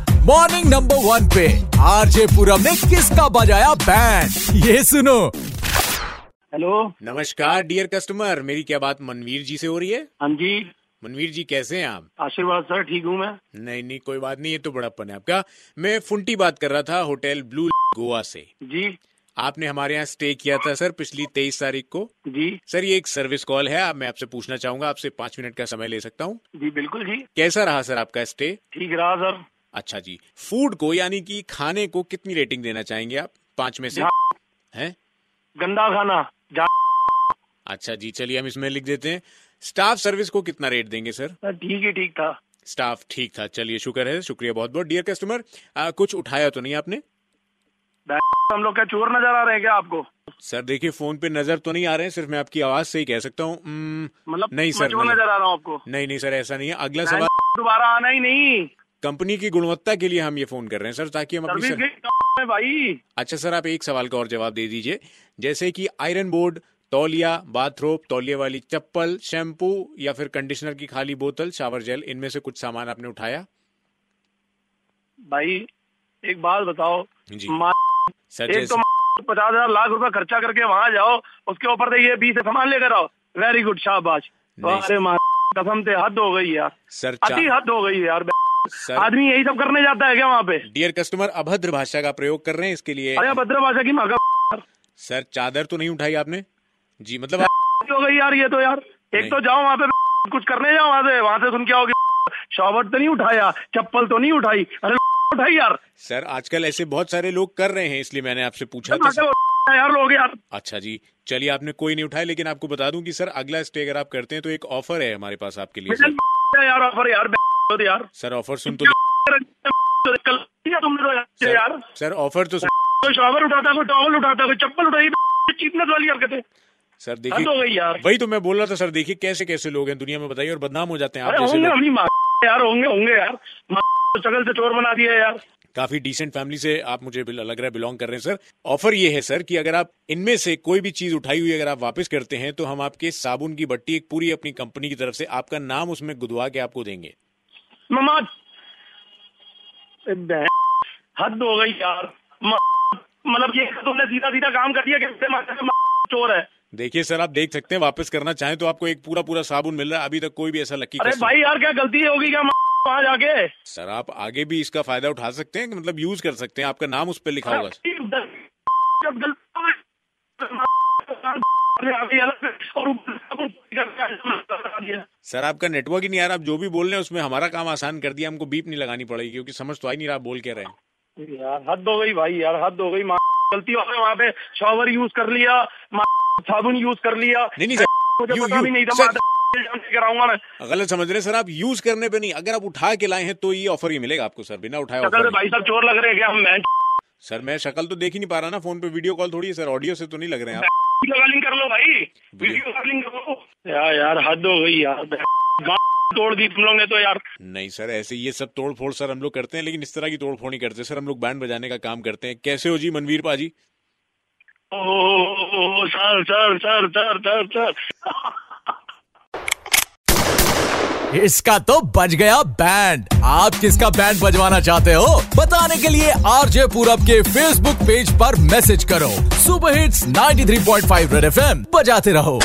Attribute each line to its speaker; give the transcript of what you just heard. Speaker 1: Ranking number one पे RJ Puram ने किसका बजाया बैंड ये सुनो
Speaker 2: हेलो
Speaker 3: नमस्कार डियर कस्टमर मेरी क्या बात मनवीर जी से हो रही है
Speaker 2: हाँ जी
Speaker 3: मनवीर जी कैसे हैं आप
Speaker 2: आशीर्वाद सर ठीक हूँ मैं
Speaker 3: नहीं नहीं कोई बात नहीं ये तो बड़प्पन है आपका मैं फुंटी बात कर रहा था होटल ब्लू गोवा से
Speaker 2: जी
Speaker 3: आपने हमारे यहाँ स्टे किया था सर पिछली तेईस तारीख को
Speaker 2: जी
Speaker 3: सर ये एक सर्विस कॉल है आप- मैं आपसे पूछना चाहूंगा आपसे पाँच मिनट का समय ले सकता हूँ
Speaker 2: जी बिल्कुल जी
Speaker 3: कैसा रहा सर आपका स्टे
Speaker 2: ठीक रहा सर
Speaker 3: अच्छा जी फूड को यानी कि खाने को कितनी रेटिंग देना चाहेंगे आप पाँच में से हैं
Speaker 2: गंदा खाना जा
Speaker 3: अच्छा जी चलिए हम इसमें लिख देते हैं स्टाफ सर्विस को कितना रेट देंगे सर
Speaker 2: सर, ठीक ही ठीक था
Speaker 3: स्टाफ ठीक था चलिए शुक्र है शुक्रिया बहुत बहुत डियर कस्टमर आ, कुछ उठाया तो नहीं आपने
Speaker 2: हम लोग क्या चोर नजर आ रहे हैं क्या आपको
Speaker 3: सर देखिए फोन पे नजर तो नहीं आ रहे हैं सिर्फ मैं आपकी आवाज से ही कह सकता हूँ उम्म,
Speaker 2: मतलब
Speaker 3: नहीं
Speaker 2: मैं
Speaker 3: सर
Speaker 2: चोर
Speaker 3: नहीं
Speaker 2: नजर आ रहा हूँ आपको
Speaker 3: नहीं नहीं सर ऐसा नहीं है अगला
Speaker 2: मैं
Speaker 3: सवाल
Speaker 2: दोबारा आना ही नहीं
Speaker 3: कंपनी की गुणवत्ता के लिए हम ये फोन कर रहे हैं सर ताकि हम अपनी
Speaker 2: सर्विस
Speaker 3: सर...
Speaker 2: गई में भाई
Speaker 3: अच्छा सर आप एक सवाल का और जवाब दे दीजिए जैसे कि आयरन बोर्ड तौलिया बाथरोब तौलिए वाली चप्पल शैम्पू या फिर कंडीशनर की खाली बोतल शावर जेल इनमें से कुछ सामान आपने उठाया
Speaker 2: भाई एक बात बताओ
Speaker 3: जी
Speaker 2: माँ
Speaker 3: सर
Speaker 2: एक तो
Speaker 3: जैसे
Speaker 2: पचास हजार लाख रुपए खर्चा करके वहाँ जाओ उसके ऊपर से ये बीस सामान लेकर आओ वेरी गुड शाबाश
Speaker 3: नहीं,
Speaker 2: अरे माँ कसम से हद हो गई यार
Speaker 3: सर
Speaker 2: अति
Speaker 3: चा-
Speaker 2: हद हो गई यार
Speaker 3: सर
Speaker 2: आदमी यही सब करने जाता है क्या वहाँ पे
Speaker 3: डियर कस्टमर अभद्र भाषा का प्रयोग कर रहे हैं इसके लिए
Speaker 2: अरे भद्र भाषा की मगा
Speaker 3: सर चादर तो नहीं उठाई आपने जी मतलब आप-
Speaker 2: हो गई यार ये तो यार
Speaker 3: नहीं।
Speaker 2: एक तो जाओ वहाँ पे कुछ करने जाओ वहाँ से वहाँ से सुन के आओगे शॉवर तो नहीं उठाया चप्पल तो नहीं उठाई अरे उठाई यार
Speaker 3: सर आजकल ऐसे बहुत सारे लोग कर रहे हैं इसलिए मैंने आपसे पूछा था सर।
Speaker 2: भागे यार लोग यार
Speaker 3: अच्छा जी चलिए आपने कोई नहीं उठाया लेकिन आपको बता दूं कि सर अगला स्टे अगर आप करते हैं तो एक ऑफर है हमारे पास आपके लिए सर
Speaker 2: मिलन यार ऑफर यार तो यार
Speaker 3: सर ऑफर सुन तो
Speaker 2: कल किया तुमने तो यार यार
Speaker 3: सर, सर ऑफर तो सुन-
Speaker 2: कोई शॉवर उठाता कोई टॉवल उठाता कोई चप्पल उठाई तो चीपनेस वाली हरकतें
Speaker 3: सर
Speaker 2: हद हो
Speaker 3: देखिए
Speaker 2: गई यार
Speaker 3: वही तो मैं बोल रहा था सर देखिए कैसे कैसे लोग हैं दुनिया में बताइए और बदनाम हो जाते हैं
Speaker 2: अरे
Speaker 3: आप जैसे
Speaker 2: होंगे
Speaker 3: लोग
Speaker 2: अपनी माँ यार होंगे होंगे यार माँ को शक्ल से चोर बना दिया यार
Speaker 3: काफी डिसेंट फैमिली से आप मुझे बिल- लग रहा है बिलोंग कर रहे हैं सर ऑफर ये है सर कि अगर आप इनमें से कोई भी चीज उठाई हुई अगर आप वापस करते हैं तो हम आपके साबुन की भट्टी एक पूरी अपनी कंपनी की तरफ से आपका नाम उसमें गुदवा के आपको देंगे
Speaker 2: ममा ए, बहन, हद हो गई यार म- मतलब ये तुमने सीधा सीधा काम कर दिया कि इससे माता का म- चोर है
Speaker 3: देखिए सर आप देख सकते हैं वापस करना चाहें तो आपको एक पूरा पूरा साबुन मिल रहा है अभी तक कोई भी ऐसा लकी
Speaker 2: अरे भाई यार क्या गलती होगी क्या म- वहाँ जाके
Speaker 3: सर आप आगे भी इसका फायदा उठा सकते हैं कि मतलब यूज कर सकते हैं आपका नाम उस पर लिखा होगा
Speaker 2: अरे भाई, जब गलती होगी, म- आ गई अलग से, और ऊपर से कुछ करके आया, मजा आ गया।
Speaker 3: सर आपका नेटवर्क ही नहीं आ रहा आप जो भी बोल रहे हैं उसमें हमारा काम आसान कर दिया हमको बीप नहीं लगानी पड़ेगी क्योंकि समझ तो आई नहीं रहा आप बोल के रहे हैं
Speaker 2: यार हद हो गई भाई यार हद हो गई म- गलती हो गई वहाँ पे शॉवर यूज कर लिया म- साबुन यूज कर लिया
Speaker 3: नहीं नहीं सर
Speaker 2: मुझे
Speaker 3: You-
Speaker 2: पता
Speaker 3: you-
Speaker 2: भी नहीं था
Speaker 3: सर-
Speaker 2: माता कराऊंगा मैं
Speaker 3: गलत समझ रहे हैं सर आप यूज करने पे नहीं अगर आप उठा के लाए हैं तो ये ऑफर ही मिलेगा आपको सर बिना उठाए
Speaker 2: शक्ल
Speaker 3: ऑफर
Speaker 2: से भाई साहब चोर लग रहे हैं क्या हम मैं
Speaker 3: नहीं। सर मैं शक्ल तो देख ही नहीं पा रहा ना फोन पे वीडियो कॉल थोड़ी है सर ऑडियो से तो नहीं लग रहे हैं आप
Speaker 2: वीडियो कॉलिंग कर लो भाई वीडियो कॉलिंग कर लो यार यार हद हो गई यार माँ तोड़ दी तुम लोग ने तो यार
Speaker 3: नहीं सर ऐसे ये सब तोड़ फोड़ सर हम लोग करते हैं लेकिन इस तरह की तोड़ फोड़ नहीं करते सर हम लोग बैंड बजाने का काम करते हैं कैसे हो जी मनवीर पाजी
Speaker 2: ओ, ओ, ओ, ओ sir sir sir sir sir sir
Speaker 1: इसका तो बज गया बैंड आप किसका बैंड बजवाना चाहते हो बताने के लिए आरजे पूरब के फेसबुक पेज पर मैसेज करो सुपर हिट्स 93.5 रेड एफएम बजाते रहो